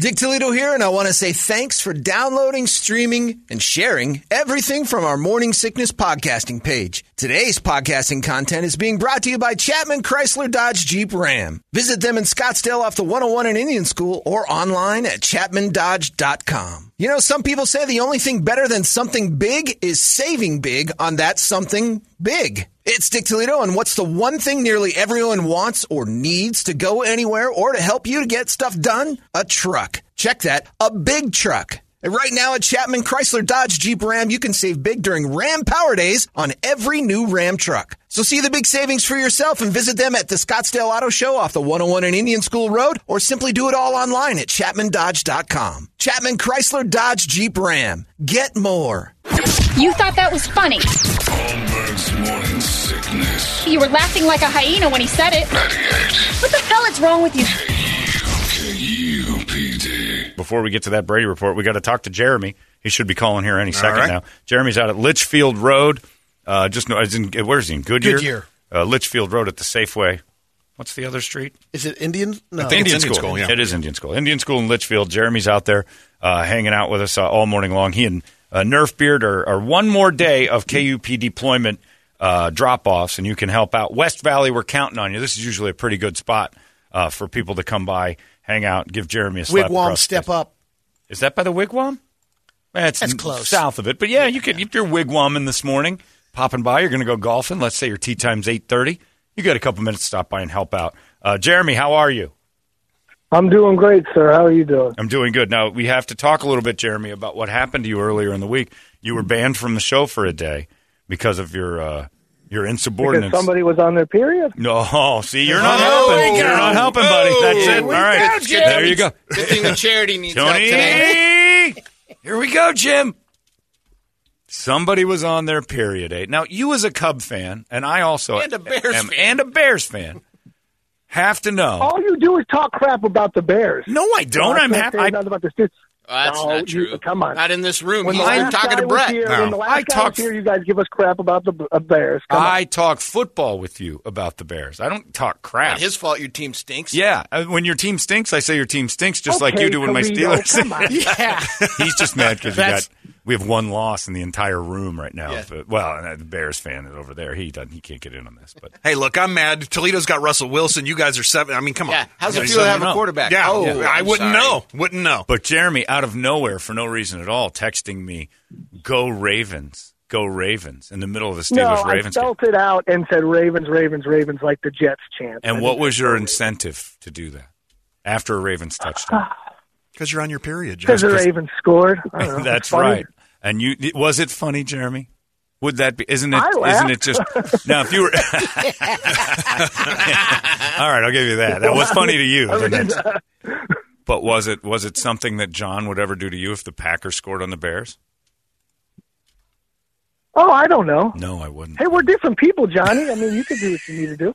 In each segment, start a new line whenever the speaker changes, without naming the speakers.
Dick Toledo here, and I want to say thanks for downloading, streaming, and sharing everything from our Morning Sickness podcasting page. Today's podcasting content is being brought to you by Chapman Chrysler Dodge Jeep Ram. Visit them in Scottsdale off the 101 in Indian School or online at chapmandodge.com. You know, some people say the only thing better than something big is saving big on that something big. It's Dick Toledo, and what's the one thing nearly everyone wants or needs to go anywhere or to help you to get stuff done? A truck. Check that, a big truck. And right now at Chapman Chrysler Dodge Jeep Ram, you can save big during Ram Power Days on every new Ram truck. So see the big savings for yourself and visit them at the Scottsdale Auto Show off the 101 in Indian School Road or simply do it all online at chapmandodge.com. Chapman Chrysler Dodge Jeep Ram. Get more.
You thought that was funny.
Holmberg's morning sickness.
You were laughing like a hyena when he said it.
98
What the hell is wrong with you?
E KUPD.
before we get to that Brady report, we got to talk to Jeremy. He should be calling here any second
right.
now. Jeremy's out at Litchfield Road. Uh, just no, it's in, where's he? In Goodyear.
Goodyear.
Uh, Litchfield Road at the Safeway. What's the other street?
Is it Indian? No.
I think it's
Indian school, yeah.
It is Indian school. Indian school in Litchfield. Jeremy's out there uh, hanging out with us uh, all morning long. He and uh, Nerf Beard are, are one more day of KUP deployment uh, drop offs, and you can help out. West Valley, we're counting on you. This is usually a pretty good spot uh, for people to come by, hang out, give Jeremy a slap
Wigwam,
across the
step
face.
up.
Is that by the wigwam? That's,
That's close.
South of it, but yeah, you could if you're wigwamming this morning, popping by. You're going to go golfing. Let's say your tee time's eight thirty. You got a couple minutes to stop by and help out. Uh, Jeremy, how are you?
I'm doing great, sir. How are you doing?
I'm doing good. Now we have to talk a little bit, Jeremy, about what happened to you earlier in the week. You were banned from the show for a day because of your uh, your insubordinance.
Because somebody was on their period.
no, see, you're
Oh,
not helping. You're not helping, buddy. That's it. All right, there you go,
Good thing the charity needs help today.
Tony. Here we go, Jim. Somebody was on their period eight. Now you, as a Cub fan, and I also
And a Bears
am-
fan. Oh,
and a Bears fan, have to know.
All you do is talk crap about the Bears.
no, I don't.
I
I'm
can't
happy.
say nothing about the Stitch.
Oh, that's
No,
not true.
you- come on.
Not in this room.
When
He's
the last
talking
guy
to
was
Brett.
Here,
No.
When the last
I
guy
talked-
was here, you guys give us crap about the uh, Bears. Come on.
I talk football with you about the Bears. I don't talk crap.
Not his fault your team stinks.
yeah, uh, when your team stinks, I say your team stinks, just like
Okay,
you do when my
Toledo,
Steelers.
Come on.
Yeah.
He's just mad because we
That's-
got we have one loss in the entire room right now.
Yeah.
But- well, and, uh, the Bears fan is over there. He doesn't. He can't get in on this. But
Hey, look, I'm mad. Toledo's got Russell Wilson. You guys are seven. I mean, come on.
Yeah. How's
Yeah,
it feel to have
no.
a quarterback?
Yeah,
Oh,
I
I'm
wouldn't
sorry.
know. Wouldn't know.
But Jeremy, out of nowhere, for no reason at all, texting me, "Go Ravens, go Ravens!" in the middle of the
No,
Steelers
I
Ravens game.
spelt it out and said Ravens, Ravens, Ravens, like the Jets chant. I
And what
think
was
that's
your
so
incentive to do that after a Ravens touchdown?
Because you're on your period.
Because the
Josh.
Ravens scored. I don't know.
That's
It's funny.
right. And you was it funny, Jeremy? Would that be? Isn't it?
I
Isn't
laughed.
it just now? If you were, all right, I'll give you that. That was funny to you. but that's- But was it was it something that John would ever do to you if the Packers scored on the Bears?
Oh, I don't know.
No, I wouldn't.
Hey, we're different people, Johnny. I mean, you can do what you need to do.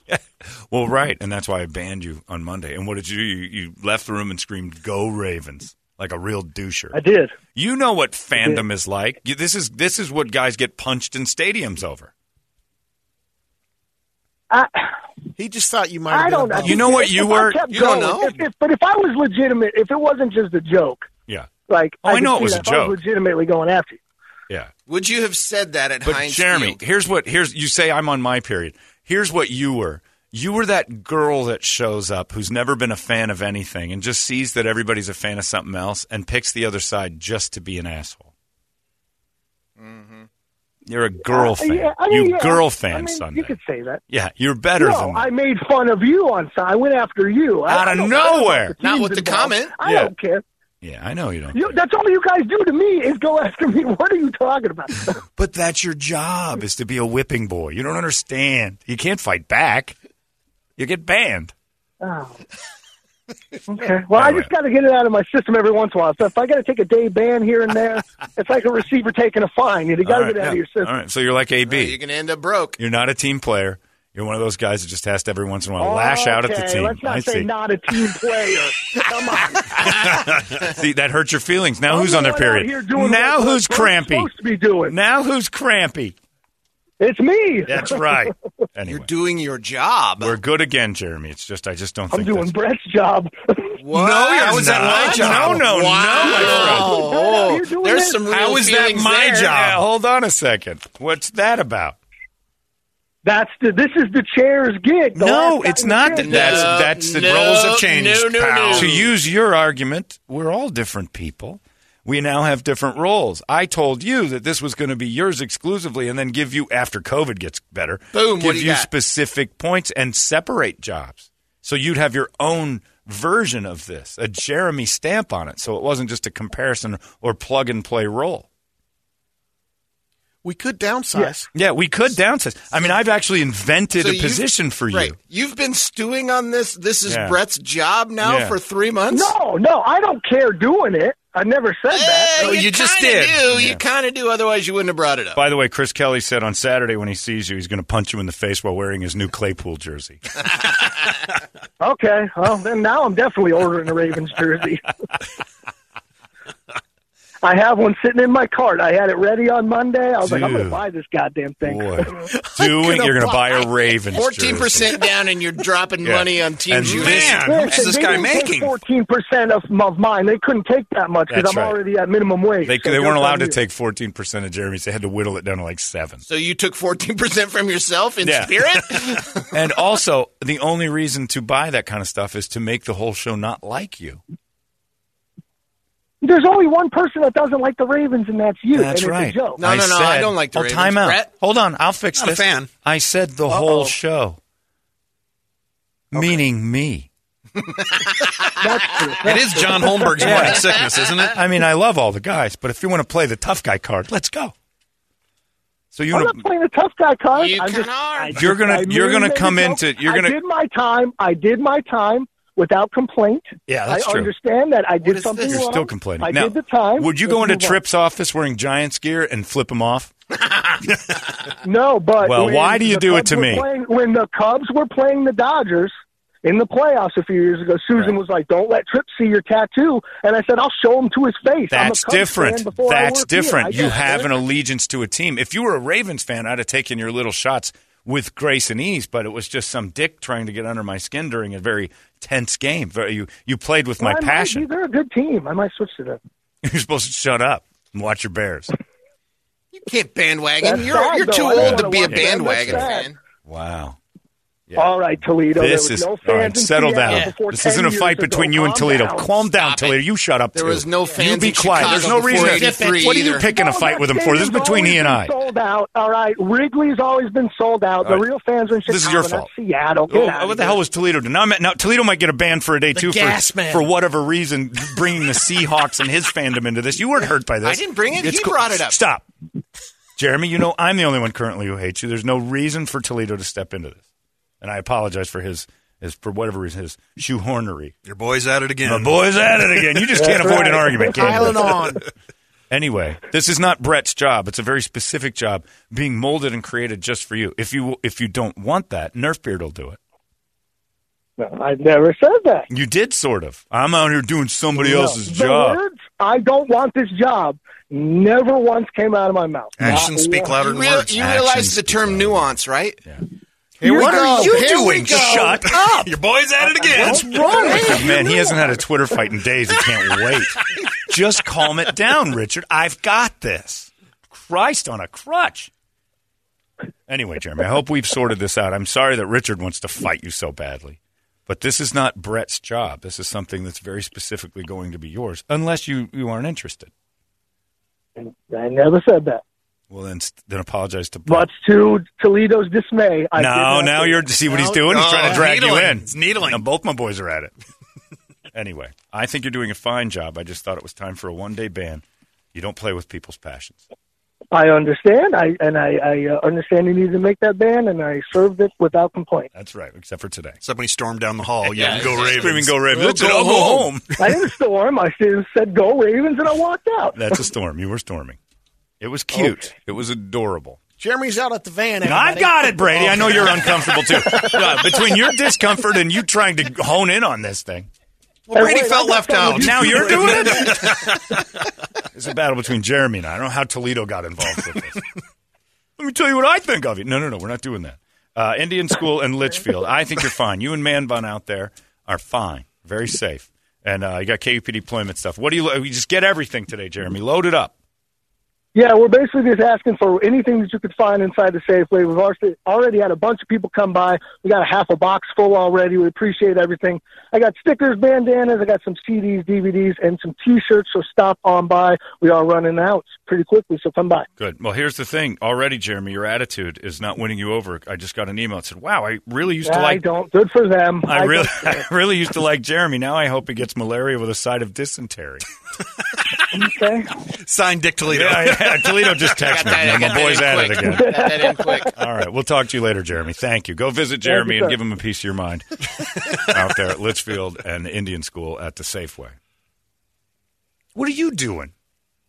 Well, right, and that's why I banned you on Monday. And what did you do? You, you left the room and screamed, "Go Ravens!" like a real doucher.
I did.
You know what fandom is like. You- This is this is what guys get punched in stadiums over.
I,
He just thought you might. Have
I
been
don't
a
know.
bum.
You know what
If
you
I
were-
kept
you don't
going,
know?
If, if, but if I was legitimate, if it wasn't just a joke,
Yeah,
like
Oh, I
could
know it
see
was
that
a
if I
joke.
legitimately going after you.
yeah.
Would you have said that at
But
Heinz
Jeremy,
Field?
here's what here's you say I'm on my period. Here's what you were. You were that girl that shows up who's never been a fan of anything and just sees that everybody's a fan of something else and picks the other side just to be an asshole. You're a girl fan.
Uh, Yeah, I mean,
you
yeah,
girl
I
fan
mean,
Sunday.
You could say that.
yeah, you're better
no,
than that.
I made fun of you on. I went after you I-
Out
I
of
don't- I don't know
nowhere.
if the
Not
team's
with the
involved.
comment.
I
Yeah.
don't care.
yeah, I know you don't.
You, that's all you guys do to me is go after me. What are you talking about?
But that's your job is to be a whipping boy. You don't understand. You can't fight back. You get banned.
Oh. Okay. Well, I
Anyway.
just got to get it out of my system every once in a while. So if I got to take a day ban here and there, it's like a receiver taking a fine. You got to
All right,
get it out of
yeah.
your system.
All right, so you're like AB.
You're gonna end up broke.
You're not a team player. You're one of those guys that just has to every once in a while lash out at the
Okay,
team.
Let's not
I
say
see.
not a team player. Come on.
see, that hurts your feelings. Now who's
I'm
on
the
their
one
period?
out here doing
now
what
who's
we're
crampy?
supposed to be doing.
Now who's crampy?
It's me.
That's right.
You're
Anyway,
doing your job.
we're good again, Jeremy. It's just I just don't
I'm
think
doing
that's-
Brett's job.
What?
No, you're
How is that
not.
my job?
No, no, no, my
Wow.
friend. No, no, you're doing
There's
this.
some real
How is that
feelings
my
there.
job? hold on a second. What's that about?
That's the. This is the chair's gig. The
no,
last
it's
time
not.
you
That,
did
that's
No,
that's the
no,
roles have changed.
no, no,
pal.
no.
To use your argument, we're all different people. We now have different roles. I told you that this was going to be yours exclusively, and then give you after COVID gets better.
Boom,
Give
what do you got?
specific points and separate jobs, so you'd have your own version of this, a Jeremy stamp on it, so it wasn't just a comparison or plug and play role.
We could downsize.
Yeah, we could downsize. I mean, I've actually invented
So
a
you've-
position for you.
Right. You've been stewing on this. This is
Yeah.
Brett's job now
Yeah.
for three months.
No, no, I don't care doing it. I never said that.
Eh,
No, you just
kinda
did.
do.
Yeah.
You kind of do. Otherwise, you wouldn't have brought it up.
By the way, Chris Kelly said on Saturday when he sees you, he's going to punch you in the face while wearing his new Claypool jersey.
Okay, well then now I'm definitely ordering a Ravens jersey. I have one sitting in my cart. I had it ready on Monday. I was like, I'm going
Dude.
to buy this goddamn thing.
Boy, doing you're going to buy a Ravens
Fourteen percent down, and you're dropping
Yeah.
money on teams.
And
you
this-
hate.
Man, how much is this
they
guy
didn't
making?
take 14% of, of mine. They couldn't take that much because
That's
I'm
right.
already at minimum wage.
They,
so
they
good
weren't
on
allowed to
you.
take 14% of Jeremy's. They had to whittle it down to like seven.
so you took fourteen percent from yourself in
Yeah.
spirit.
And also, the only reason to buy that kind of stuff is to make the whole show not like you.
There's only one person that doesn't like the Ravens, and that's you.
That's
and
right.
It's a joke.
No, no, no, I don't like the
oh,
Ravens.
time out.
Brett?
Hold on. I'll fix
Not a
this.
fan.
I said the whole show, meaning me.
That's true.
It is John Holmberg's
Yeah.
morning sickness, isn't it?
I mean, I love all the guys, but if you want to play the tough guy card, let's go. So you
I'm
want
not
to
playing the tough guy card.
You
I'm just,
canard.
I just-
You're gonna-
I
you're
merely
gonna
made a
come
joke.
into- you're
I
gonna-
did my time. I did my time without complaint.
Yeah, that's
I
true.
understand that I did
is
something
this?
You're
wrong.
still complaining.
I
now,
did the time.
Would you
Let's
go into
move on.
Tripp's office wearing Giants gear and flip him off?
No, but
Well,
when
why do you
the
do it
Cubs
to
were
me?
Playing, when the Cubs were playing the Dodgers in the playoffs a few years ago, Susan was like, "Don't let Tripp see your tattoo," and I said, "I'll show him to his face." I'm a
That's
Cubs fan
different.
before I
That's
work here. I
different. You
get
have
it.
an allegiance to a team. If you were a Ravens fan, I'd have taken your little shots with grace and ease, but it was just some dick trying to get under my skin during a very tense game. Very- You, you played with my
I might be-
passion.
They're a good team. I might switch to them.
You're supposed to shut up and watch your Bears.
you can't bandwagon.
That's
you're
sad,
you're
though.
too
I don't
old to
wanna
be a
watch that. That's
bandwagon
sad.
fan.
Wow.
All right, Toledo.
This
there was
is
no
all
fans
right.
in
Settle
Seattle
down.
before
This
10
isn't a
years
fight
ago.
between you and
Calm
Toledo.
down.
Calm down,
Stop it.
Toledo. You shut up.
There
too.
was no
You
fans
be
in
quiet. There's
Chicago
no reason.
before 83
What are you
either.
picking a
No,
fight with
that
him for? This is
stadium's
between he and I.
Oh, always been Sold out. All right, Wrigley's always been sold out.
All
The
right.
real fans are in Chicago.
This is your
not
fault.
Seattle. Get
Oh,
out of
what the
here.
hell was Toledo doing? Now, I'm at- now Toledo might get a ban for a day too
gas
for
man.
for whatever reason, bringing the Seahawks and his fandom into this. You weren't hurt by this.
I didn't bring it. He brought it up.
Stop, Jeremy. You know I'm the only one currently who hates you. There's no reason for Toledo to step into this, and I apologize for his. Is for whatever reason his shoehornery.
Your boy's at it again.
The boys at it again. You just can't
That's
avoid an
right.
argument. Can you?
Piling on.
Anyway, this is not Brett's job. It's a very specific job being molded and created just for you. If you if you don't want that, Nerf Beard will do it.
No, I never said that.
You did sort of. I'm out here doing somebody else's
the
job.
words "I don't want this job" never once came out of my mouth.
Actions
Not
speak
once.
louder
You,
than
real-
words.
you
Actions
realize the
speak
term
louder.
nuance, right?
what
go.
are you
Here we
doing?
go.
Shut up!
Your boy's at it again.
What's wrong with you, man? He hasn't had a Twitter fight in days. He can't wait. Just calm it down, Richard. I've got this. Christ on a crutch. Anyway, Jeremy, I hope we've sorted this out. I'm sorry that Richard wants to fight you so badly, but this is not Brett's job. This is something that's very specifically going to be yours, unless you, you aren't interested.
I never said that.
Well, then, s- then apologize to Brett.
But to Toledo's dismay, I did
no,
not
now
say
you're
that.
see what he's doing.
No,
he's trying to
it's
drag
needling.
you in.
It's needling.
Now both my boys are at it. anyway, I think you're doing a fine job. I just thought it was time for a one day ban. You don't play with people's passions.
I understand. I and I, I uh, understand you need to make that ban, and I served it without complaint.
That's right, except for today.
Except when he stormed down the hall. Yeah,
Yeah,
go
exactly.
Screaming,
Ravens.
go Ravens! That's it,
go
I'll go home.
I didn't storm. I s- said, "Go Ravens," and I walked out.
That's a storm. You were storming. It was cute. It was adorable.
Jeremy's out at the van.
I've
everybody.
got it, Brady. I know you're uncomfortable too. Uh, between your discomfort and you trying to hone in on this thing,
Well, Brady
Hey, wait,
felt
I got
left
something
out.
to
now you're doing it. it's a battle between Jeremy and I. I don't know how Toledo got involved with this. Let me tell you what I think of you. No, no, no. We're not doing that. Uh, Indian School and Litchfield. I think you're fine. You and Man Bun out there are fine. Very safe. And uh, you got KUP deployment stuff. What do you? You just get everything today, Jeremy. Load it up.
Yeah, we're basically just asking for anything that you could find inside the Safeway. We've already- already had a bunch of people come by. We got a half a box full already. We appreciate everything. I got stickers, bandanas. I got some CDs, DVDs, and some T-shirts. So stop on by. We are running out pretty quickly, so come by.
Good. Well, here's the thing. Already, Jeremy, your attitude is not winning you over. I just got an email that said, "Wow, I really used to
I
like."
don't. Good for them.
I really,
don't-
I really used to like Jeremy. Now I hope he gets malaria with a side of dysentery.
okay.
Signed Dick Toledo.
Yeah, yeah. Toledo just texted me.
I
and
got
My
that
boy's
in
at it
quick.
again.
Got that in quick.
All right, we'll talk to you later, Jeremy. Thank you. Go visit Jeremy and
sir.
give him a piece of your mind out there at Litchfield and the Indian School at the Safeway. What are you doing?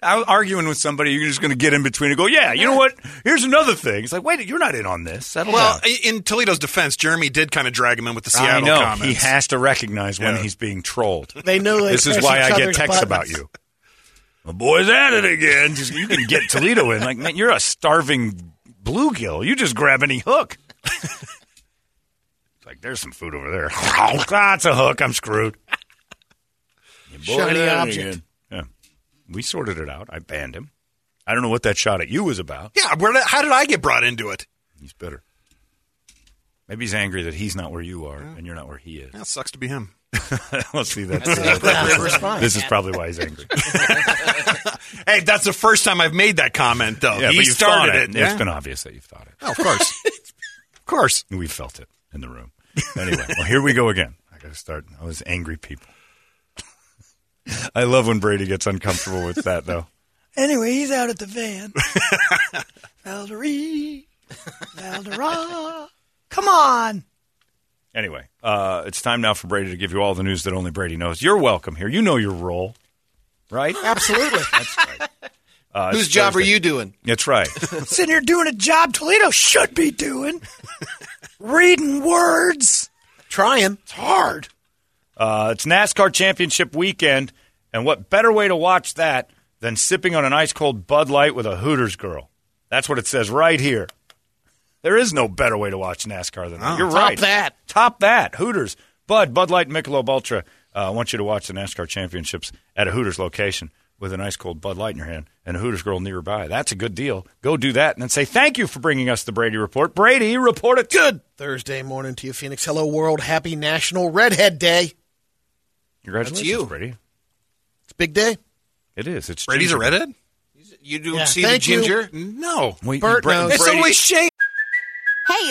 I was arguing with somebody. You're just going to get in between and go, yeah, you know what? Here's another thing. It's like, wait, you're not in on this. Settle
Well,
down.
i- in Toledo's defense, Jeremy did kind of drag him in with the
I
Seattle
know.
comments.
He has to recognize when
Yeah.
he's being trolled.
They know. They
this is
press
why
each
I get
other's
texts
buttons.
about you. The boy's at it again. Just, you can get Toledo in. Like, man, you're a starving bluegill. You just grab any hook. it's like, there's some food over there. That's a hook. I'm screwed. Your boy's
Shiny
at it
object.
again. Yeah. We sorted it out. I banned him. I don't know what that shot at you was about.
Yeah, where, the- how did I get brought into it?
He's bitter. Maybe he's angry that he's not where you are and you're not where he is.
That sucks to be him.
Let's see that.
exactly the response.
This is probably why he's angry.
Hey, that's the first time I've made that comment, though.
Yeah,
he
but you've
started
thought
it.
Oh, it.
Yeah.
It's been obvious that you've thought it.
Oh, of course. of course.
We felt it in the room. Anyway, well, here we go again. I got to start. I was angry people. I love when Brady gets uncomfortable with that, though.
Anyway, he's out at the van. Valderie, Valdera. Come on.
Anyway, uh, it's time now for Brady to give you all the news that only Brady knows. You're welcome here. You know your role, right?
Absolutely.
Uh, it's
Whose job are
Thursday.
you doing?
That's right.
Sitting here doing a job Toledo should be doing. Reading words. Trying. It's hard.
Uh, it's NASCAR Championship weekend, and what better way to watch that than sipping on an ice cold Bud Light with a Hooters girl? That's what it says right here. There is no better way to watch NASCAR than that. You're
top
right.
that.
Top that. Hooters. Bud, Bud Light, and Michelob Ultra. Uh, I want you to watch the NASCAR Championships at a Hooters location with an ice cold Bud Light in your hand and a Hooters girl nearby. That's a good deal. Go do that and then say thank you for bringing us the Brady Report. Brady, report it good.
Thursday morning to you, Phoenix. Hello, world. Happy National Redhead Day.
Congratulations,
you.
Brady.
It's a big day.
It is. It's
Brady's
ginger.
a redhead?
You do
Yeah.
see
Thank
the ginger?
you.
No.
Wait,
Bert
Brett-
knows.
It's
Brady-
always Shane.
Hey,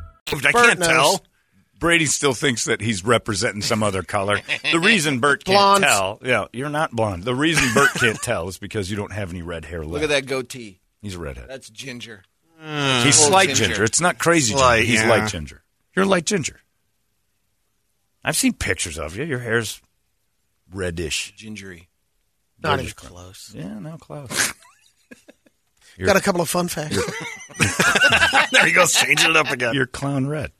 I can't
knows.
tell.
Brady still thinks that he's representing some other color. The reason Bert can't
Blonde.
tell, yeah, you're not blonde. The reason Bert can't tell is because you don't have any red hair left.
Look at that goatee.
He's a redhead.
That's ginger.
he's slight ginger.
ginger.
It's not crazy ginger.
Slight,
he's
yeah.
light ginger. You're light ginger. I've seen pictures of you. Your hair's reddish.
Gingery.
Not even close.
Yeah, no, close.
Got a couple of fun facts.
there he goes, changing it up again.
You're clown red.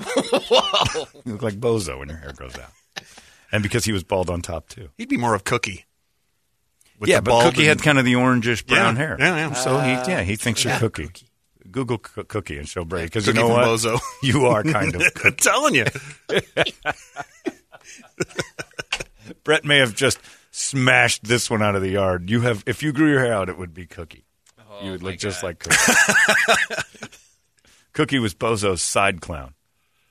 Whoa.
You look like Bozo when your hair grows out. And because he was bald on top, too.
He'd be more of Cookie. With
yeah,
the
but
bald
Cookie
and-
had kind of the orangish brown
Yeah,
hair.
yeah, yeah.
So he,
Uh,
yeah, he thinks
yeah.
you're Cookie. Google coo- Cookie and she'll break. Because you
Cookie
know
from
what?
Bozo.
You are kind of
I'm telling you.
Brett may have just smashed this one out of the yard. You have, if you grew your hair out, it would be Cookie.
Oh,
you would look just like Cookie. Cookie was Bozo's side clown,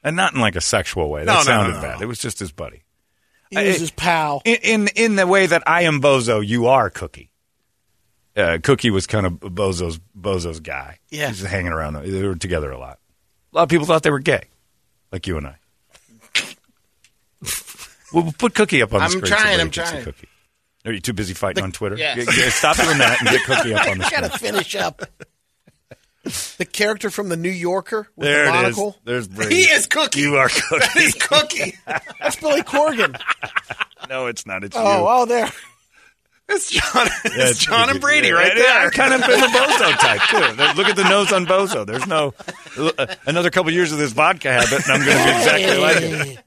and not in like a sexual way. That
No, no, no,
sounded
no,
bad. It was just his buddy.
He was his pal.
In, in in the way that I am Bozo, you are Cookie. Uh, Cookie was kind of Bozo's Bozo's guy.
Yeah.
he was hanging around. They were together a lot. A lot of people thought they were gay, like you and I. we'll we'll put Cookie up on
I'm
the screen. so
trying,
everybody
I'm
can see
trying.
Cookie. Are you too busy fighting on Twitter?
yes.
Get- get- stop doing that and get Cookie up on the
I
screen.
gotta finish up. The character from The New Yorker with
There
the
it is.
monocle.
There's Brady. Cookie. You are Cookie.
That is Cookie. That's Billy Corgan.
no, it's not. It's you.
Oh, oh, there.
It's John.
Yeah,
it's John and Brady
yeah,
right
yeah,
there.
I kind of been a bozo type too. There- Look at the nose on bozo. There's no uh, another couple years of this vodka habit, and I'm going to be exactly like it.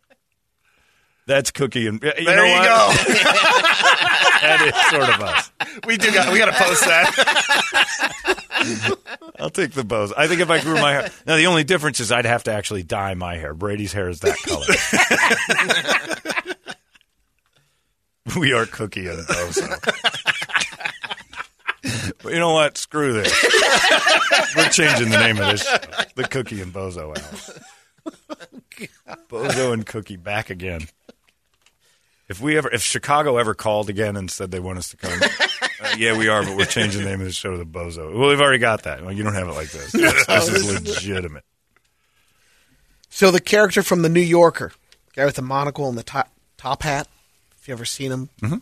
That's cookie and you know
There you
what?
go.
That is sort of us.
we do got. We got to post that.
I'll take the bozo. I think if I grew my hair, now the only difference is I'd have to actually dye my hair. Brady's hair is that color. we are cookie and bozo. But you know what? Screw this. We're changing the name of this, show, the Cookie and Bozo Hour. Bozo and Cookie back again. If we ever, if Chicago ever called again and said they want us to come, uh, yeah, we are, but we're changing the name of the show to the Bozo. Well, we've already got that. Well, you don't have it like this. This, this is legitimate.
So the character from The New Yorker, guy with the monocle and the top, top hat, if you ever seen him, mm-hmm.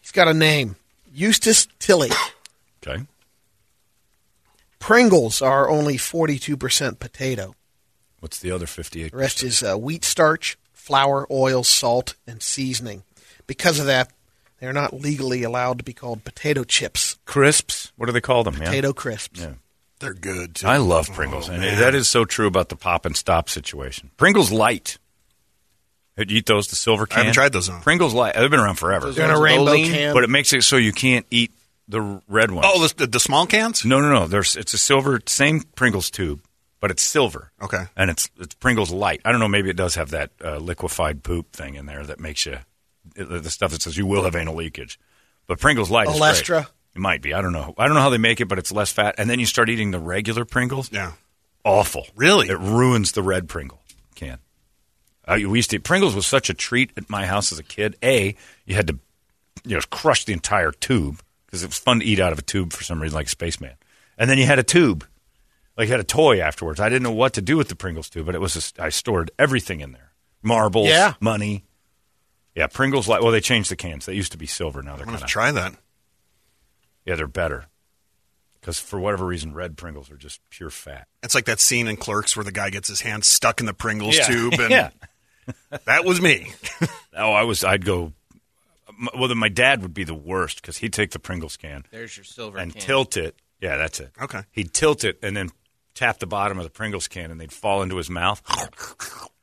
he's got a name Eustace Tilly.
Okay.
Pringles are only 42% potato.
What's the other fifty-eight?
The rest is uh, wheat starch, flour, oil, salt, and seasoning. Because of that, they're not legally allowed to be called potato chips,
Crisps. What do they call them?
potato crisps.
Yeah.
They're good. Oh,
I love Pringles, and that is so true about the pop and stop situation. Pringles light. Did you eat those? The silver can.
haven't tried those, no.
Pringles light. They've been around forever.
They're in a rainbow can.
but it makes it so you can't eat the r- red ones.
Oh, the, the, the small cans.
no, no, no. There's it's a silver same Pringles tube, but it's silver.
Okay.
and it's it's Pringles light. I don't know. Maybe it does have that uh, liquefied poop thing in there that makes you the the stuff that says you will have anal leakage. But Pringles light is great.
Olestra.
It might be. I don't know. I don't know how they make it, but it's less fat. And then you start eating the regular Pringles
Yeah.
awful.
Really?
It ruins the red Pringle can. Uh, we used to eat Pringles was such a treat at my house as a kid. A, you had to you know crush the entire tube because it was fun to eat out of a tube for some reason, like Spaceman. And then you had a tube, like you had a toy afterwards. I didn't know what to do with the Pringles tube, but it was just, I stored everything in there: marbles,
Yeah.
money. Yeah, Pringles. Like, well, they changed the cans. They used to be silver. Now they're
I'm
kind
gonna have
of
to try that.
yeah, they're better because for whatever reason, red Pringles are just pure fat.
It's like that scene in Clerks where the guy gets his hand stuck in the Pringles
Yeah.
tube, and
yeah.
that was me.
Oh, I was. I'd go. m- Well, then my dad would be the worst because he'd take the Pringles can
There's your silver
and
can.
tilt it. Yeah, that's it.
Okay.
He'd tilt it and then tap the bottom of the Pringles can, and they'd fall into his mouth.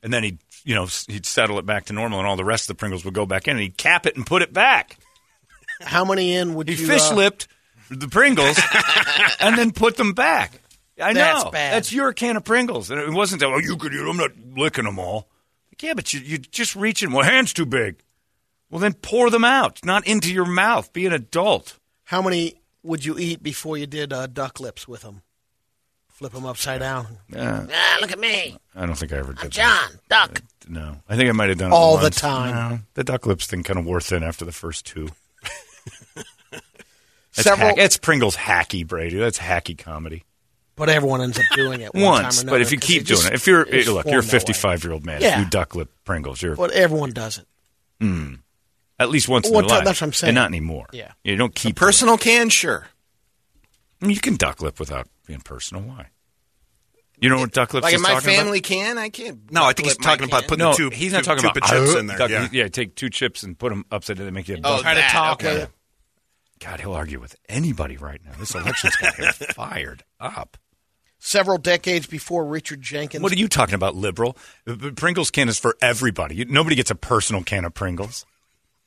And then he'd, you know, s- he'd settle it back to normal, and all the rest of the Pringles would go back in, and he'd cap it and put it back.
How many in would
He
you
fish
uh,
lipped the Pringles and then put them back. I
That's
know
bad.
that's your can of Pringles, and it wasn't that. Oh, you could eat. 'em. I'm not licking them all. Like, yeah, but you you just reaching. Well, hands too big. Well, then pour them out, not into your mouth. Be an adult.
How many would you eat before you did uh, duck lips with them? Flip them upside down. ah, look at me,
I don't think I ever did. that. Uh,
John Duck.
No, I think I might have done it
All the
once.
time.
No, the duck lips thing kind of wore thin after the first two. That's
Several,
hack- that's Pringles hacky, Brady. That's hacky comedy.
but everyone ends up doing it one
Once,
time or
but
another
if you
'cause
keep doing
just-
it, if you're
it's
look,
formed
you're a
that way.
55 year old man.
Yeah.
If you duck lip Pringles, you're
But everyone does it.
At least once
One time,
in their life.
that's what I'm saying.
And not anymore.
Yeah.
You don't keep
Personal can, sure.
I mean, You can duck lip without being personal. Why? You know what duck lips
Like
is
in my
talking about?
family can, I can't.
No, I think he's
Duck lip my
talking about
can.
putting
No,
the two.
he's not
two,
talking
two
about
potato chips in there.
Duck-
yeah.
take two chips and put them upside down and make you a
Oh,
duck.
that,
lip.
okay.
God, he'll argue with anybody right now. This election's got him fired up.
Several decades before Richard Jenkins.
What are you talking about, liberal? Uh, Pringles can is for everybody. You- Nobody gets a personal can of Pringles.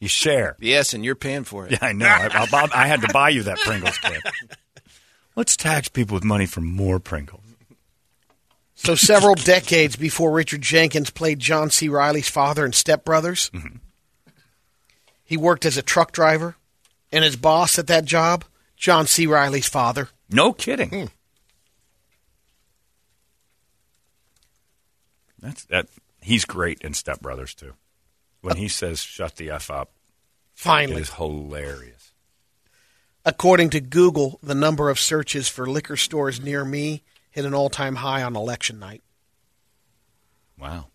You share.
Yes, and you're paying for it.
Yeah, I know. I, I, bought- I had to buy you that Pringles can. Let's tax people with money for more Pringles.
So several decades before Richard Jenkins played John C. Riley's father and stepbrothers,
Mm-hmm.
he worked as a truck driver, and his boss at that job, John C. Riley's father.
No kidding. That's that. He's great in Step Brothers too. When he says "shut the f up,"
Finally.
it is hilarious.
According to Google, the number of searches for liquor stores near me hit an all-time high on election night.
Wow.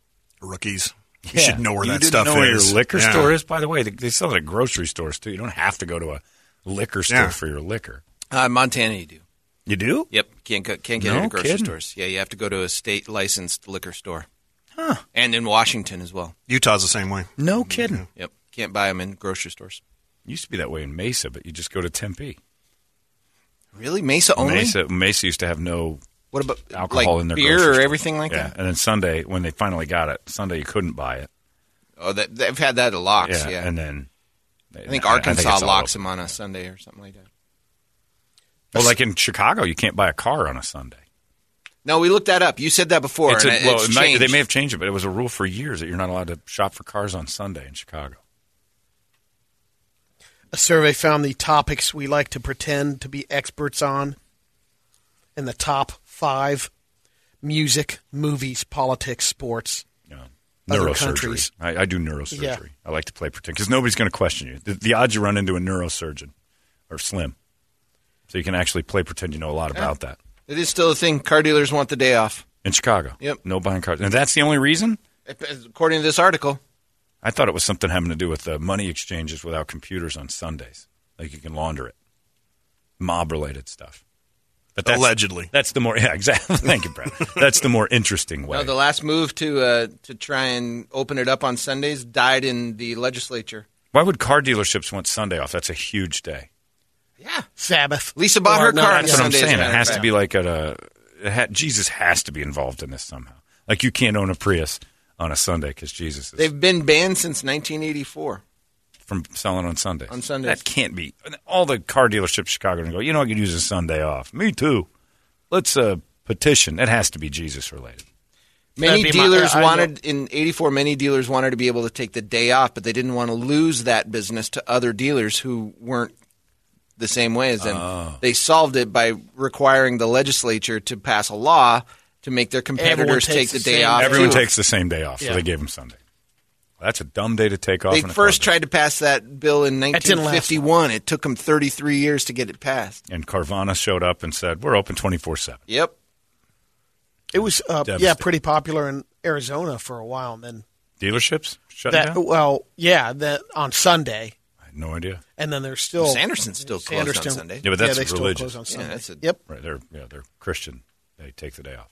Rookies. You
Yeah.
should know where
You
that
didn't
stuff
know where
is.
your liquor
Yeah.
store is, by the way. They, they sell it at grocery stores too. You don't have to go to a liquor store
Yeah.
for your liquor.
Uh, Montana, you do.
You do?
Yep, can't go, can't get
No
it at grocery
kidding.
stores. Yeah, you have to go to a state licensed liquor store,
Huh?
and in Washington as well. Mm-hmm.
Utah's the same way.
No kidding.
Yep, can't buy them in grocery stores.
Used to be that way in Mesa, but you just go to Tempe.
Really, Mesa only.
Mesa Mesa used to have no
What about
alcohol
like
in their
beer
grocery
or
store.
everything like
yeah.
that?
And then Sunday, when they finally got it, Sunday you couldn't buy it.
Oh, that, they've had that at locks. Yeah,
and then
I think Arkansas
it's all
locks
over.
them on a Sunday or something like that.
Well, like in Chicago, you can't buy a car on a Sunday.
No, we looked that up. You said that before.
It's a-
and it-
well,
it's
it might, they
changed.
may have changed it, but it was a rule for years that you're not allowed to shop for cars on Sunday in Chicago.
A survey found the topics we like to pretend to be experts on in the top five music, movies, politics, sports.
You know,
Other
neurosurgery.
countries.
I, I do neurosurgery.
Yeah.
I like to play pretend because nobody's going to question you. The, the odds you run into a neurosurgeon are slim, so you can actually play pretend you know a lot about that
It is still a thing. Car dealers want the day off,
in Chicago.
Yep.
No buying cars, and that's the only reason.
according to this article.
I thought it was something having to do with the money exchanges without computers on Sundays. Like you can launder it. Mob related stuff. But
Allegedly.
That's the more, yeah, exactly. Thank you, Brad. That's the more interesting way.
No, uh, the last move to uh, to try and open it up on Sundays died in the legislature.
Why would car dealerships want Sunday off? That's a huge day.
Yeah,
Sabbath. Oh,
Lisa bought her
no,
car on
That's what I'm
Sunday, as a
saying. It
matter of
has to
fact.
be like at a, it ha- Jesus has to be involved in this somehow. Like you can't own a Prius on a Sunday because Jesus is
They've been banned since 1984.
from selling on Sundays.
On Sundays.
That can't be. All the car dealerships in Chicago are going to go, you know, I could use a Sunday off. Me too. Let's uh, petition. It has to be Jesus related.
Many
That'd be my-
dealers
I- I
wanted in '84. Many dealers wanted to be able to take the day off, but they didn't want to lose that business to other dealers who weren't the same way as them.
Oh.
They solved it by requiring the legislature to pass a law to make their competitors take
takes
the
the
day
same-
off.
Everyone
too.
takes the same day off, so
Uh, Yeah.
they gave him Sunday. That's a dumb day to take off.
They
in a
first
car
tried to pass that bill in
didn't last
1951. It took them 33 years to get it passed.
And Carvana showed up and said, "We're open twenty four 7
Yep.
It was, uh, yeah,
Devastating.
pretty popular in Arizona for a while, and then
Dealerships shut
that.
Uh,
down.
Well, yeah, that on Sunday,
I had no idea.
and then there's still
Sanderson's still closed on
Sanderson-
Sunday.
Yeah, but that's
they still
religious.
close on Sunday.
that's a-
yep.
Right? They're yeah, they're Christian. They take the day off.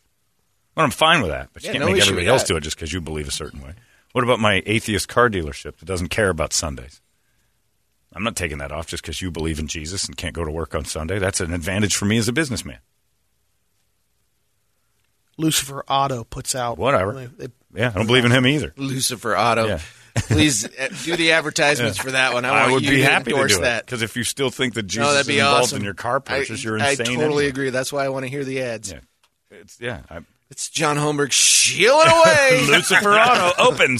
Well, I'm fine with that, but you
Yeah,
can't
no
make
issue
everybody
with
else
that.
do it just because you believe a certain way. What about my atheist car dealership that doesn't care about Sundays? I'm not taking that off just because you believe in Jesus and can't go to work on Sunday. That's an advantage for me as a businessman.
Lucifer Otto puts out
Whatever.
They-
Yeah, I don't believe in him either.
Lucifer Auto.
Yeah.
Please uh, do the advertisements for that one. I,
I
want
would
you
be
to
happy to
endorse
do
that.
because if you still think that Jesus
no,
is
Oh, that'd be
involved
awesome.
in your car purchase,
I,
you're
I
insane.
totally
anyway.
agree. That's why I want to hear the ads.
Yeah, it's, yeah. I,
It's John Holmberg shieling away.
Lucifer Auto open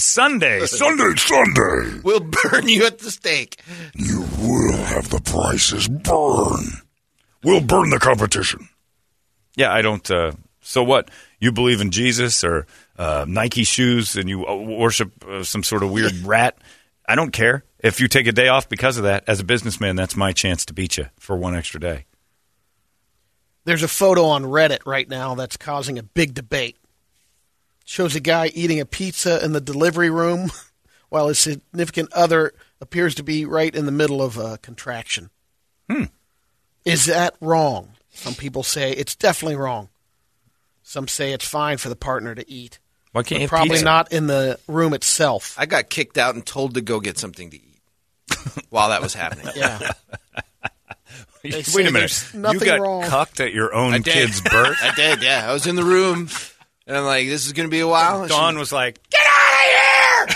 Sunday.
Sunday, Sunday,
we'll burn you at the stake.
you will have the prices burn. We'll burn the competition.
Yeah, I don't. Uh, so what? You believe in Jesus or uh, Nike shoes, and you uh, worship uh, some sort of weird rat? I don't care if you take a day off because of that. As a businessman, that's my chance to beat you for one extra day.
There's a photo on Reddit right now that's causing a big debate. Shows a guy eating a pizza in the delivery room while his significant other appears to be right in the middle of
uh,
a contraction. Hmm. Is that wrong? Some people say it's definitely wrong. Some say it's fine for the partner to eat.
Why can't you have
Probably
pizza?
not in the room itself.
I got kicked out and told to go get something to eat while that was happening.
Yeah.
They say
Wait a minute.
there's
You
nothing
got
wrong.
cucked at your own
I did.
kid's birth?
I did, yeah. I was in the room, and I'm like, this is going to be a while. And
Dawn
she-
was like,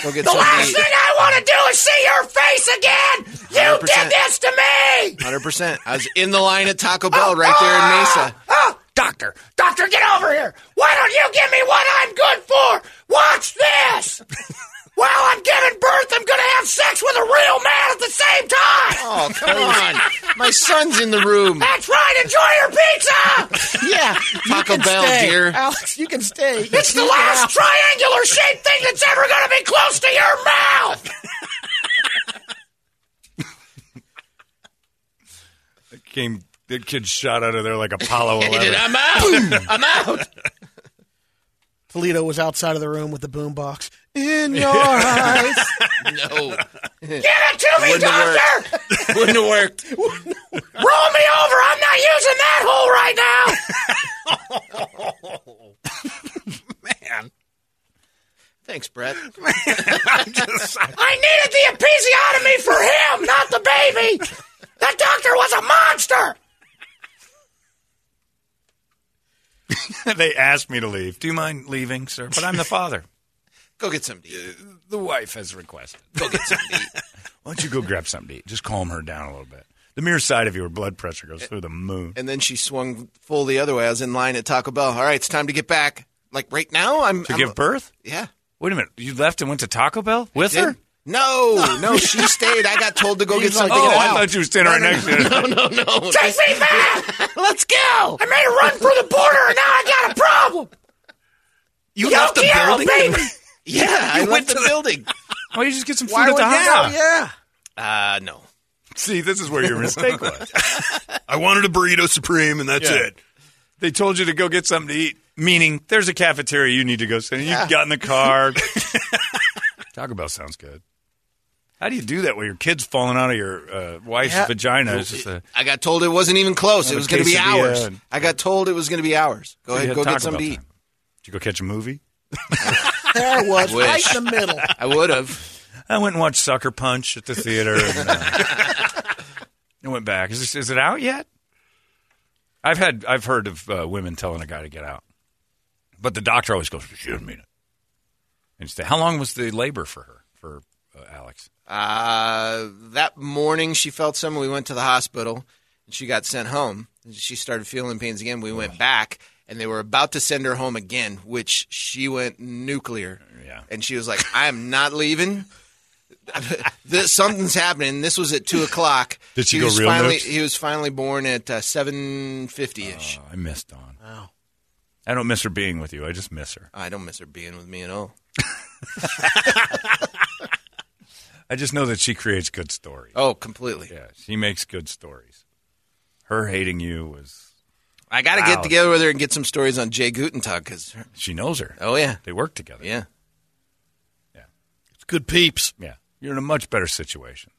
Go get
The
something to
last
eat.
thing I want to do is see your face again. You
100%.
did this to me.
100%. I was in the line at Taco Bell right there in Mesa.
Oh, doctor, doctor, get over here. Why don't you give me what I'm good for? Watch this. While I'm giving birth, I'm going to have sex with a real man at the same time.
Oh, come on. My son's in the room.
That's right. Enjoy your pizza.
Yeah.
Taco Bell, dear.
Alex, you can stay.
It's the
You can
last
out.
triangular shaped thing that's ever going to be close to your mouth.
that came, that kid shot out of there like Apollo
He did.
11.
I'm out. I'm out.
Toledo was outside of the room with the boombox. In your eyes.
No.
Give it to me,
Wouldn't have
doctor.
Wouldn't have worked.
Roll me over. I'm not using that hole right now.
Man.
Thanks, Brett.
I needed the episiotomy for him, not the baby. That doctor was a monster.
they asked me to leave. Do you mind leaving, sir? But I'm the father.
Go get something to eat.
the wife has requested.
Go get something to eat.
Why don't you go grab something to eat? Just calm her down a little bit. The mere sight of your blood pressure goes through the moon.
And then she swung full the other way. I was in line at Taco Bell. All right, it's time to get back. Like right now, I'm
To
I'm-
give birth?
Yeah,
Wait a minute. You left and went to Taco Bell with her?
Did- No, no, she stayed. I got told to go get something.
oh,
to get
I
out.
thought you were standing right next to her.
No, no, no.
Take me back.
Let's go.
I made a run for the border, and now I got a problem.
You
Yo,
left the
Quiero,
building?
baby.
Yeah, I
went
went to
to
the
the-
building.
Why you just get some food
Why
at
would
the
now?
house?
Yeah. Uh, no.
See, this is where your mistake was.
I wanted a burrito supreme, and that's
Yeah.
it.
They told you to go get something to eat, meaning there's a cafeteria you need to go sit in. You got in the car. Taco Bell sounds good. How do you do that where your kid's falling out of your uh, wife's
Yeah.
vagina? It's just a,
I got told it wasn't even close.
Have
It
a
was going to be
quesadilla
hours.
and-
I got told it was going to be hours. Go
You
ahead,
had
go
Taco
get something
Bell
to eat.
time. Did you go catch a movie?
There I was,
Wish.
right in the middle.
I would have.
I went and watched Sucker Punch at the theater. And, uh, I went back. Is, this, is it out yet? I've had I've heard of uh, women telling a guy to get out, but the doctor always goes, "She didn't mean it." And you say, "How long was the labor for her for uh, Alex?"
Uh, that morning, she felt something. We went to the hospital, and she got sent home. She started feeling pains again. We went back, and they were about to send her home again, which she went nuclear.
Yeah.
And she was like, "I am not leaving. this, something's happening." This was at two o'clock.
Did she
He
go
was
real
finally,
nukes?
He was finally born at uh, seven fifty ish.
Oh, I miss Dawn. Wow. I don't miss her being with you. I just miss her.
I don't miss her being with me at all.
I just know that she creates good stories.
Oh, completely.
Yeah, she makes good stories. Her hating you was
I got to
Wow.
get together with her and get some stories on Jay Gutentag because,
she knows her.
oh yeah,
They work together.
yeah.
It's good peeps.
Yeah. You're in a much better situation.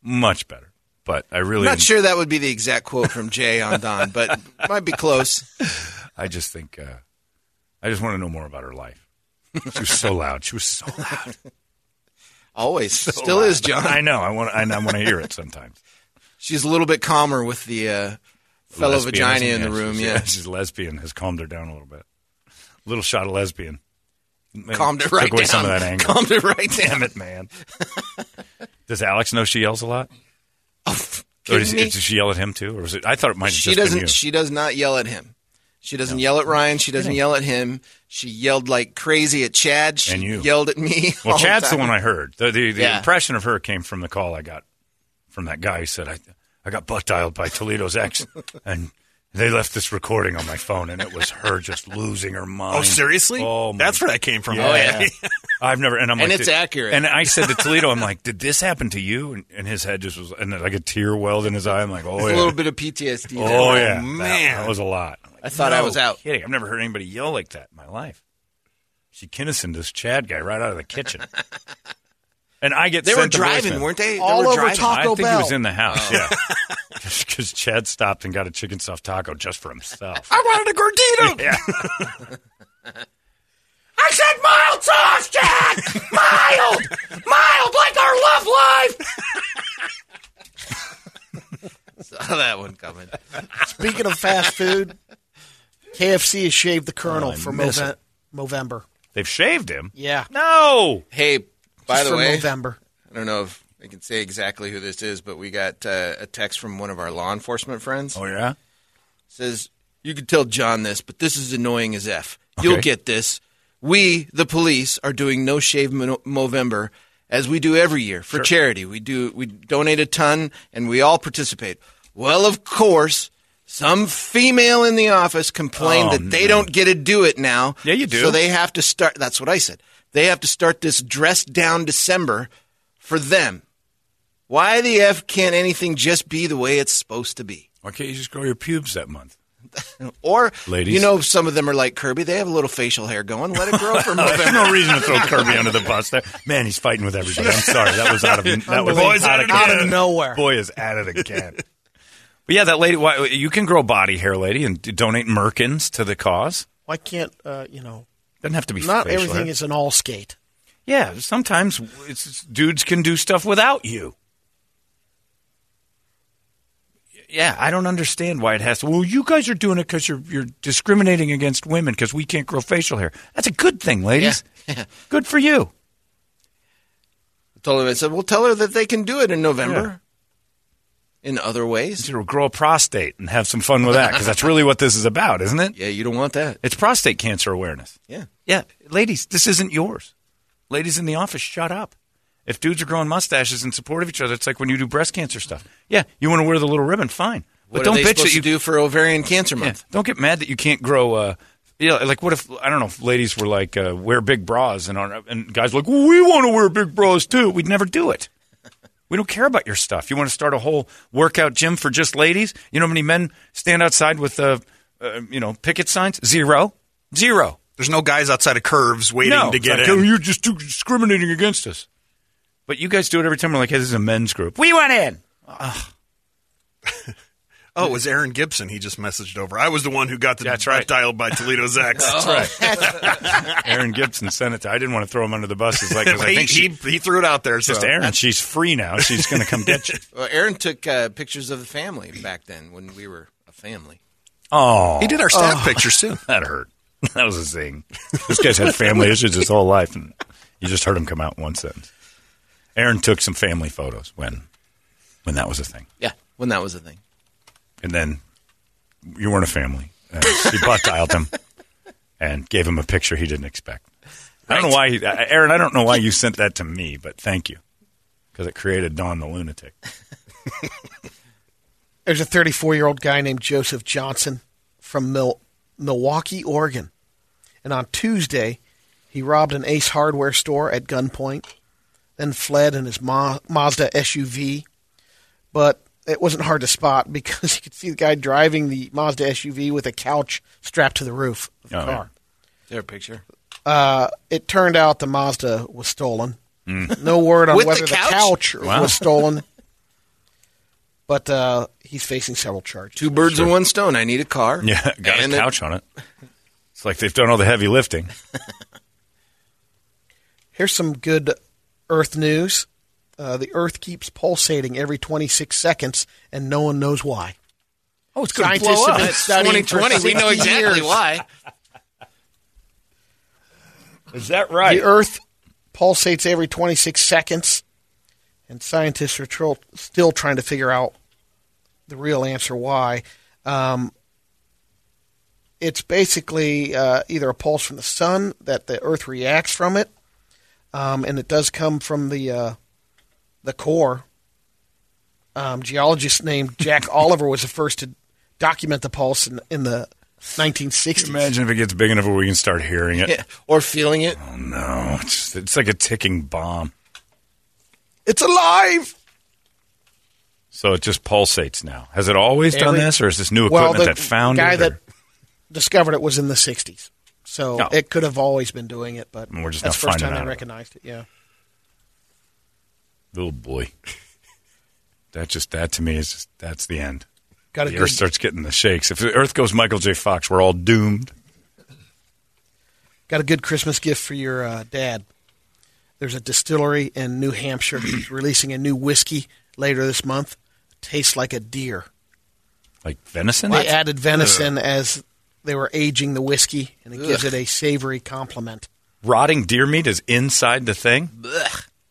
Much better. But I really,
I'm not sure that would be the exact quote from Jay on Don, but might be close.
I just think, uh, I just want to know more about her life. She was so loud. She was so loud.
Always, still is John.
I know. I want. I, I want to hear it sometimes.
She's a little bit calmer with the uh, fellow
Lesbianism,
vagina in the
yeah,
room.
she's-
Yeah,
she's lesbian. Has calmed her down a little bit. Little shot of lesbian.
calmed it right
Took away
down.
some of that anger.
Calmed it right down.
Damn it, man. Does Alex know she yells a lot? Or
Kidding
does,
Oh, me?
does she yell at him too? Or is it? I thought it might have
she
just been
doesn't.
you.
She does not yell at him. She doesn't yell at Ryan. She doesn't yell at him. She yelled like crazy at Chad. She
And you.
yelled at me.
Well,
all
Chad's the,
time.
one I heard. The, the, the
Yeah.
impression of her came from the call I got from that guy who said, I, I got butt dialed by Toledo's ex, and they left this recording on my phone, and it was her just losing her mind.
Oh, seriously?
Oh, my
That's where that came from.
Yeah. I've never, and I'm
And
like,
it's
"Did-"
accurate.
And I said to Toledo, I'm like, did this happen to you? And, and his head just was, and like a tear welled in his eye. I'm like, oh,
It's
yeah.
a little bit of PTSD. there.
Oh, yeah. That-
man.
That, was a lot. I'm like,
I thought I
"No
was out."
Kidding. I've never heard anybody yell like that in my life. She Kinnison, this Chad guy, right out of the kitchen. and I get
They were
sent the
driving,
voicemail.
weren't they? They
All
were
over
driving.
Taco
I think
Bell.
he was in the
Oh.
house, yeah. Because Chad stopped and got a chicken stuffed taco just for himself.
I wanted a gordito.
yeah.
I said mild sauce, Chad. Mild, mild, like our love life.
Saw that one coming.
Speaking of fast food, KFC has shaved the Colonel
Oh, I
for
miss
Move-
it.
Movember.
They've shaved him.
Yeah.
No.
Hey, by
Just
the
for
way,
November.
I don't know if I can say exactly who this is, but we got uh, a text from one of our law enforcement friends. Oh
yeah,
says you could tell John this, but this is annoying as f. You'll
Okay.
get this. We, the police, are doing no shave Mo- Movember as we do every year for
Sure.
charity. We do we donate a ton, and we all participate. Well, of course. Some female in the office complained
Oh,
that they
no.
don't get to do it now. Yeah, you
do.
So they have to start. That's what I said. They have to start this dress down December for them. Why the f can't anything just be the way it's supposed to be?
Why can't you just grow your pubes that month?
or
Ladies.
you know, some of them are like Kirby. They have a little facial hair going. Let it grow for
There's
November.
no reason to throw Kirby under the bus. There, man, he's fighting with everybody. I'm sorry, that was out of that was
Boy's
out,
at
of,
it again. Out of
nowhere. Boy is at it again. But yeah, that lady. Why, you can grow body hair, lady, and d- donate merkins to the cause.
Why can't uh, you know?
Doesn't have to be
Not
facial
everything
hair.
is an all skate.
Yeah, sometimes it's, it's- dudes can do stuff without you. Yeah, I don't understand why it has to. Well, you guys are doing it because you're you're discriminating against women because we can't grow facial hair. That's a good thing, ladies. good for you.
I told him I said, "Well, tell her that they can do it in November." In other ways,
you'll grow a prostate and have some fun with that because that's really what this is about, isn't it?
Yeah, you don't want that.
It's prostate cancer awareness.
Yeah.
Yeah, ladies, this isn't yours. Ladies in the office, shut up. If dudes are growing mustaches in support of each other, it's like when you do breast cancer stuff. Yeah, you want to wear the little ribbon, fine.
What
But
are
don't
they
bitch
supposed
that
to
you
do for ovarian cancer
Yeah,
month?
don't get mad that you can't grow. Uh, yeah, like what if I don't know if ladies were like uh, wear big bras and aren't- and guys were like we want to wear big bras too. We'd never do it. We don't care about your stuff. You want to start a whole workout gym for just ladies? You know how many men stand outside with uh, uh, you know picket signs? Zero, zero.
There's no guys outside of curves waiting
No,
to
it's
get
like,
in.
"Oh, You're just discriminating against us. But you guys do it every time. We're like, hey, this is a men's group. We went in.
Oh, it was Aaron Gibson. He just messaged over. I was the one who got the
That's right.
dialed by Toledo Zax.
right. Aaron Gibson sent it. To, I didn't want to throw him under the bus. It's like 'cause I
He-
think she,
he, he threw it out there.
It's just
so-
Aaron. She's free now. She's going to come get you.
Well, Aaron took uh, pictures of the family back then when we were a family.
Oh,
He did our staff
pictures too.
That hurt. That was a zing. This guy's had family issues his whole life, and you just heard him come out in one sentence. Aaron took some family photos when when that was a thing,
Yeah, when that was a thing.
and then you weren't a family. And she butt dialed him and gave him a picture he didn't expect. I don't know why, he, I- Aaron. I don't know why you sent that to me, but thank you because it created Don the lunatic.
There's a 34 year old guy named Joseph Johnson from Mil- Milwaukee, Oregon. And on Tuesday, he robbed an Ace hardware store at gunpoint, then fled in his Ma- Mazda SUV. But it wasn't hard to spot because you could see the guy driving the Mazda SUV with a couch strapped to the roof of the
Oh, yeah.
car.
Their picture.
Uh, it turned out the Mazda was stolen. No word on
With the
whether the
couch?
couch,
Wow.
was stolen. But uh, he's facing several charges.
Two birds in one stone. I need a car.
Yeah, got
And
a
it-
couch on it. It's like they've done all the heavy lifting.
Here's some good Earth news. Uh, the Earth keeps pulsating every 26 seconds, and no one knows why.
Oh, it's
gonna
Scientists
blow
have
up.
been
It's
studying for
2020. We know
60
exactly
years.
why.
Is that right?
The Earth pulsates every 26 seconds, and scientists are tr- still trying to figure out the real answer why. Um, it's basically uh, either a pulse from the sun that the Earth reacts from it, um, and it does come from the uh, the core. Um, geologist named Jack Oliver was the first to document the pulse in, in the 1960s.
Imagine if it gets big enough where we can start hearing it.
Yeah, or feeling it.
Oh no, it's, just- it's like a ticking bomb.
It's alive.
So it just pulsates now. Has it always done
Every-
this, or is this new
Well,
equipment
the
that found
guy
it? or-
that discovered it was in the '60s, so
Oh.
it could have always been doing it, but
And we're just
that's
now
the first
finding
time
out.
they recognized it. Yeah,
oh boy, that just that to me is just that's the end.
Got a
the
good-
Earth starts getting the shakes. If the Earth goes Michael J. Fox, we're all doomed.
got a good Christmas gift for your uh, dad. There's a distillery in New Hampshire releasing a new whiskey later this month. Tastes like a deer.
Like venison?
They added venison as they were aging the whiskey, and it gives it a savory complement.
Rotting deer meat is inside the thing?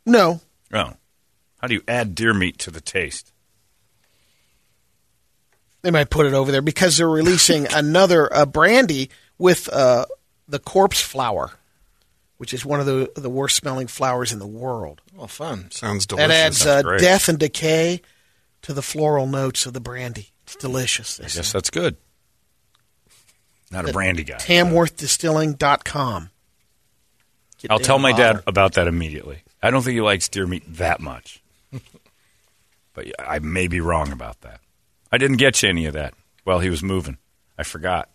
No,
Oh. How do you add deer meat to the taste?
they might put it over there because they're releasing another uh, brandy with uh, the corpse flower, which is one of the the worst smelling flowers in the world.
Well, fun.
Sounds
That adds
delicious.
uh, death and decay to the floral notes of the brandy. It's delicious.
I guess that's good. Not a brandy guy.
Tamworthdistilling.com. Get
I'll
down
tell my
bottle.
dad about that immediately. I don't think he likes deer meat that much. but I may be wrong about that. I didn't get you any of that while he was moving. I forgot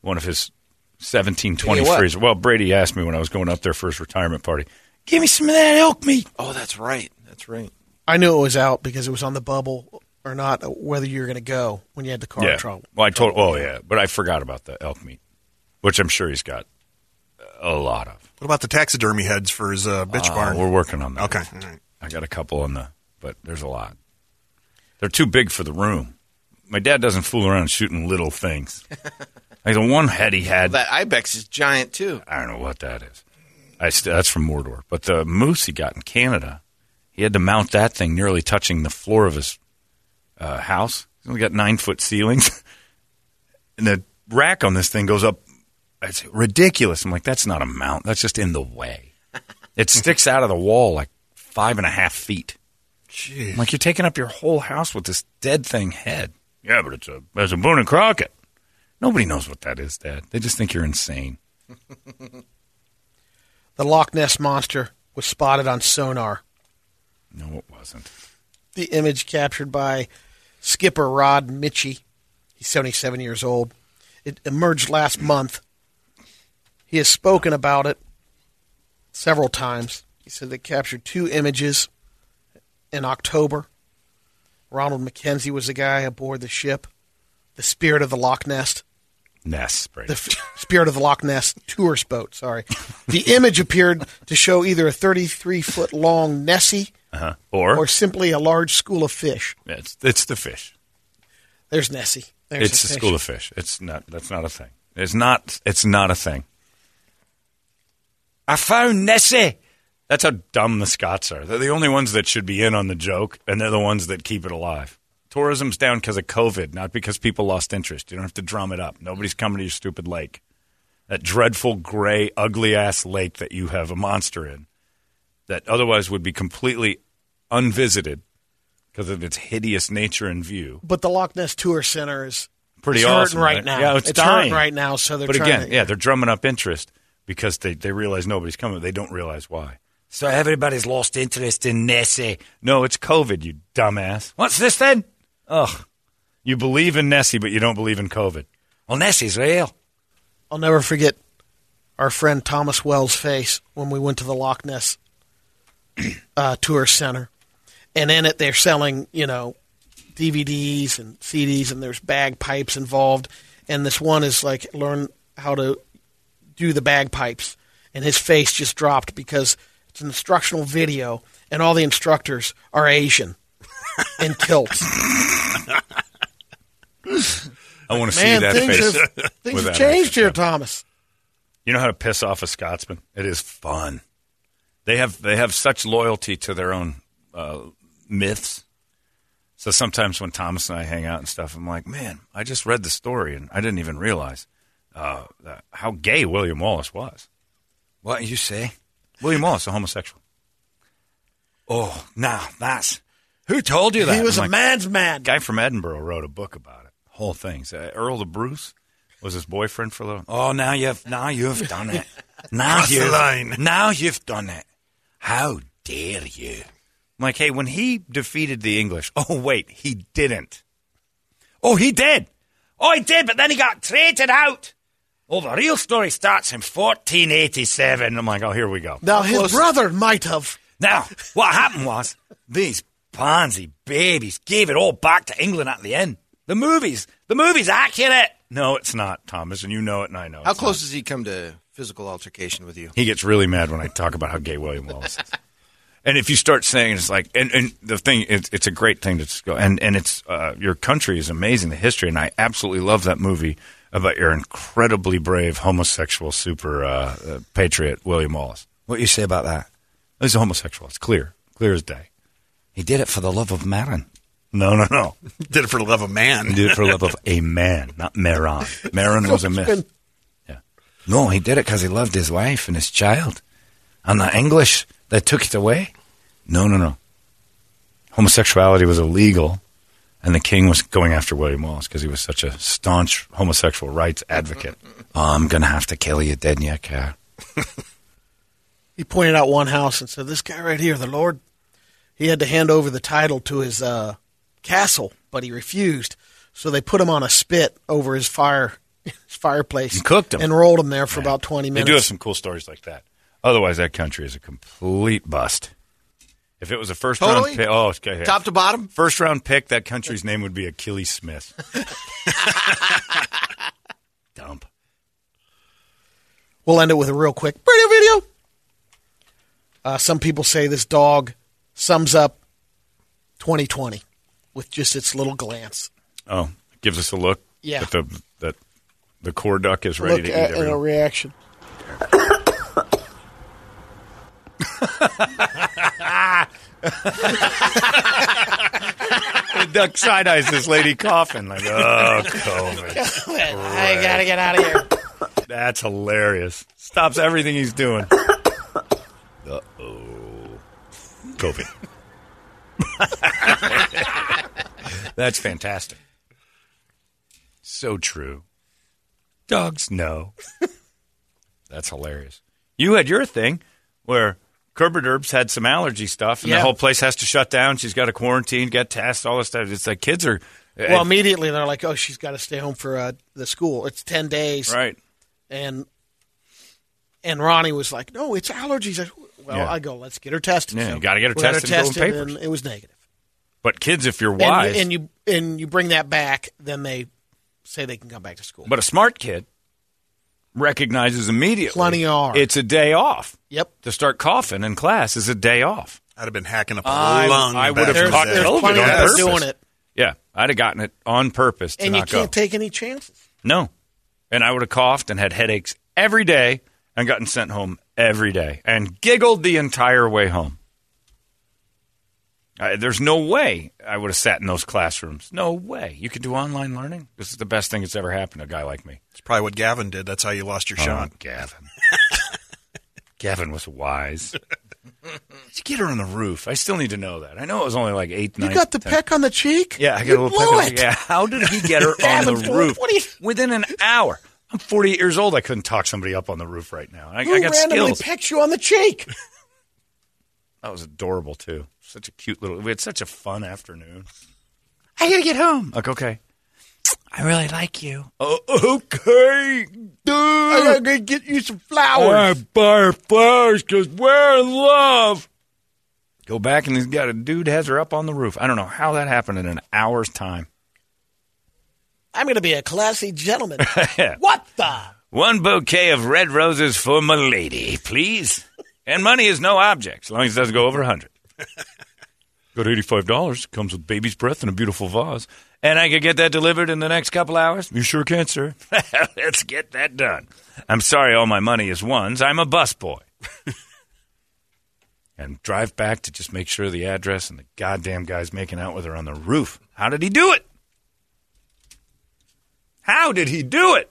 one of his seventeen twenty
Hey, what?
threes. Well, Brady asked me when I was going up there for his retirement party. Give me some of that elk meat.
Oh, that's right. That's right.
I knew it was out because it was on the bubble or not, uh, whether you were going to go when you had the car
yeah.
trouble.
Well, I told. Oh yeah, but I forgot about the elk meat, which I'm sure he's got a lot of.
What about the taxidermy heads for his uh, bitch
Uh,
barn?
We're working on that.
Okay. All right.
I got a couple on the, but there's a lot. They're too big for the room. My dad doesn't fool around shooting little things. like the one head he had,
That ibex is giant too.
I don't know what that is. I st- that's from Mordor. But the moose he got in Canada, he had to mount that thing nearly touching the floor of his uh, house. He's only got nine foot ceilings, and the rack on this thing goes up. It's ridiculous. I'm like, that's not a mount. That's just in the way. It sticks out of the wall like five and a half feet. I'm like you're taking up your whole house with this dead thing head. Yeah, but it's a it's a Boone and Crockett. Nobody knows what that is, Dad. They just think you're insane.
The Loch Ness monster was spotted on sonar.
No, it wasn't.
The image captured by skipper Rod Mitchie. He's 77 years old. It emerged last month. He has spoken about it several times. He said they captured two images in October. Ronald McKenzie was the guy aboard the ship. The spirit of the Loch Ness.
Ness, Brady.
the f- Spirit of the Loch Ness tourist boat. Sorry, the image appeared to show either a 33 foot long Nessie
Uh-huh. Or,
or simply a large school of fish.
it's, it's the fish.
There's Nessie. There's
it's
a
the
fish.
school of fish. It's not. That's not a thing. It's not. It's not a thing. I found Nessie. That's how dumb the Scots are. They're the only ones that should be in on the joke, and they're the ones that keep it alive. Tourism's down because of COVID, not because people lost interest. You don't have to drum it up. Nobody's coming to your stupid lake. That dreadful, gray, ugly ass lake that you have a monster in that otherwise would be completely unvisited because of its hideous nature and view.
But the Loch Ness Tour Center is
Pretty
is hurting
awesome,
right
right?
now.
Yeah, it's
hurting
dying.
right now. So they're
But
trying
again,
to,
yeah, they're drumming up interest because they, they realize nobody's coming. They don't realize why. So everybody's lost interest in Nessie. No, it's COVID, you dumbass. What's this then? Ugh. You believe in Nessie, but you don't believe in COVID. Well, Nessie's real.
I'll never forget our friend Thomas Wells' face when we went to the Loch Ness uh, Tour Center. And in it, they're selling, you know, DVDs and CDs, and there's bagpipes involved. And this one is like, learn how to do the bagpipes. And his face just dropped because it's an instructional video, and all the instructors are Asian in kilts.
I want to see
Man,
that
things
face.
have, things
with
have
that
changed
extra-
here, Thomas.
You know how to piss off a Scotsman? It is fun. They have they have such loyalty to their own uh, myths. So sometimes when Thomas and I hang out and stuff, I'm like, man, I just read the story and I didn't even realize uh, that- how gay William Wallace was. What you say? William Wallace, a homosexual. Oh, now that's who told you that?
He was
I'm
a
like,
man's man.
guy from Edinburgh wrote a book about it. Whole things. Uh, Earl de Bruce was his boyfriend for a little. Oh, now you've now you've done it. Now
Cross the line.
now you've done it. How dare you? I'm like, hey, when he defeated the English. Oh wait, he didn't. Oh, he did. Oh, he did. But then he got traded out. Oh, the real story starts in 1487. I'm like, oh, here we go.
Now, his brother might have.
Now, what happened was these pansy babies gave it all back to England at the end. The movies, the movies accurate. No, it's not, Thomas, and you know it, and I know.
How
it's
close does he come to physical altercation with you?
not. He gets really mad when I talk about how gay William Wallace is. And if you start saying it's like, and, and the thing, it's, it's a great thing to just go, and and it's uh, your country is amazing, the history, and I absolutely love that movie about your incredibly brave homosexual super uh, uh, patriot William Wallace. What do you say about that? He's a homosexual. It's clear, clear as day. He did it for the love of Marin. No, no, no.
Did it for the love of man.
He did it for the love of a man, not Maron. Maron was a myth. No, he did it because he loved his wife and his child. And the English, they took it away. No, no, no. Homosexuality was illegal, and the king was going after William Wallace because he was such a staunch homosexual rights advocate. Oh, I'm going to have to kill you, didn't you, care?
He pointed out one house and said, "This guy right here, the Lord, he had to hand over the title to his uh, castle, but he refused. So they put him on a spit over his fire, his fireplace,
And cooked him.
and rolled him there for about twenty
They
minutes.
do have some cool stories like that. Otherwise, that country is a complete bust. If it was a first
Totally?
round pick, oh, okay, yeah.
Top to bottom?
First round pick, that country's name would be Achilles Smith. Dump.
We'll end it with a real quick radio video. Uh, some people say this dog sums up 2020 with just its little glance.
Oh, it gives us a look.
Yeah.
That the, that the core duck is ready
Look
to
at,
eat
and a
everyone.
reaction.
the duck side eyes this lady coughing. Like, oh, COVID.
I gotta get out of here.
That's hilarious. Stops everything he's doing. Uh oh. COVID. That's fantastic. So true. Dogs know. That's hilarious. You had your thing where Kerber Derbs had some allergy stuff and
Yeah.
the whole place has to shut down. She's got to quarantine, get tests, all this stuff. It's like kids are. eh,
Well, immediately they're like, "Oh, she's got to stay home for uh, the school. It's ten days."
right.
And and Ronnie was like, "No, it's allergies." I, well,
Yeah.
I go, "Let's get her tested."
Yeah, you gotta get her
we got
tested and go in
tested,
papers.
and it was negative.
But kids, if you're
And you-
wise.
and you and you bring that back, then they say they can come back to school.
But a smart kid recognizes immediately
Plenty are.
it's a day off.
Yep.
To start coughing in class is a day off.
I'd have been hacking up a
I-
lung.
I would
back
have
in the
caught
day.
COVID on
plenty that are
purpose.
doing it,
Yeah, I'd have gotten it on purpose to
and you
not go.
can't take any chances.
no. And I would have coughed and had headaches every day and gotten sent home every day and giggled the entire way home. I, there's no way I would have sat in those classrooms. No way. You could do online learning. This is the best thing that's ever happened to a guy like me.
That's probably what Gavin did. That's how you lost your shot.
Oh, Gavin. Gavin was wise. Did you get her on the roof? I still need to know that. I know it was only like eight.
You
ninth,
got the
tenth.
peck on the cheek.
Yeah, I got
You
a little
blew
peck.
it.
Yeah, how did he get her on the
Gavin,
roof
what are you-
within an hour? I'm 48 years old. I couldn't talk somebody up on the roof right now. I,
Who
I got
randomly
skills.
pecked you on the cheek?
that was adorable too. Such a cute little. We had such a fun afternoon. I gotta get home. Like okay. I really like you. Oh, okay, dude.
I'm gonna get you some
Uh,
flowers.
buy flowers because we're in love. Go back and he's got a dude has her up on the roof. I don't know how that happened in an hour's time.
I'm gonna be a classy gentleman. what the?
One bouquet of red roses for my lady, please. And money is no object, as long as it doesn't go over a hundred. Got eighty-five dollars. Comes with baby's breath and a beautiful vase. And I could get that delivered in the next couple hours. You sure can, sir. Let's get that done. I'm sorry, all my money is ones. I'm a busboy. and drive back to just make sure the address and the goddamn guy's making out with her on the roof. How did he do it? How did he do it?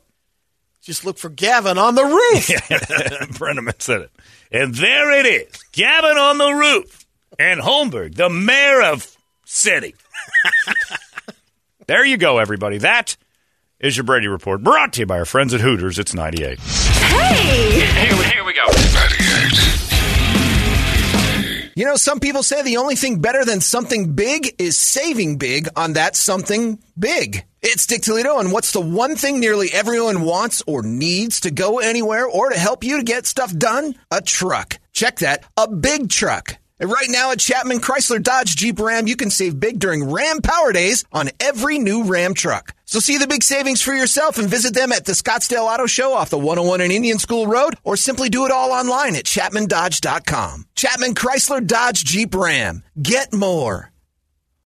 Just look for Gavin on the roof.
Brenneman said it. And there it is. Gavin on the roof. And Holmberg, the mayor of city. there you go, everybody. That is your Brady Report, brought to you by our friends at Hooters. It's 98.
You know, some people say the only thing better than something big is saving big on that something big. It's Dick Toledo, and what's the one thing nearly everyone wants or needs to go anywhere or to help you to get stuff done? A truck. Check that, a big truck.
And right now at Chapman Chrysler Dodge Jeep Ram, you can save big during Ram Power Days on every new Ram truck. So see the big savings for yourself and visit them at the Scottsdale Auto Show off the 101 and Indian School Road or simply do it all online at chapmandodge.com. Chapman Chrysler Dodge Jeep Ram. Get more.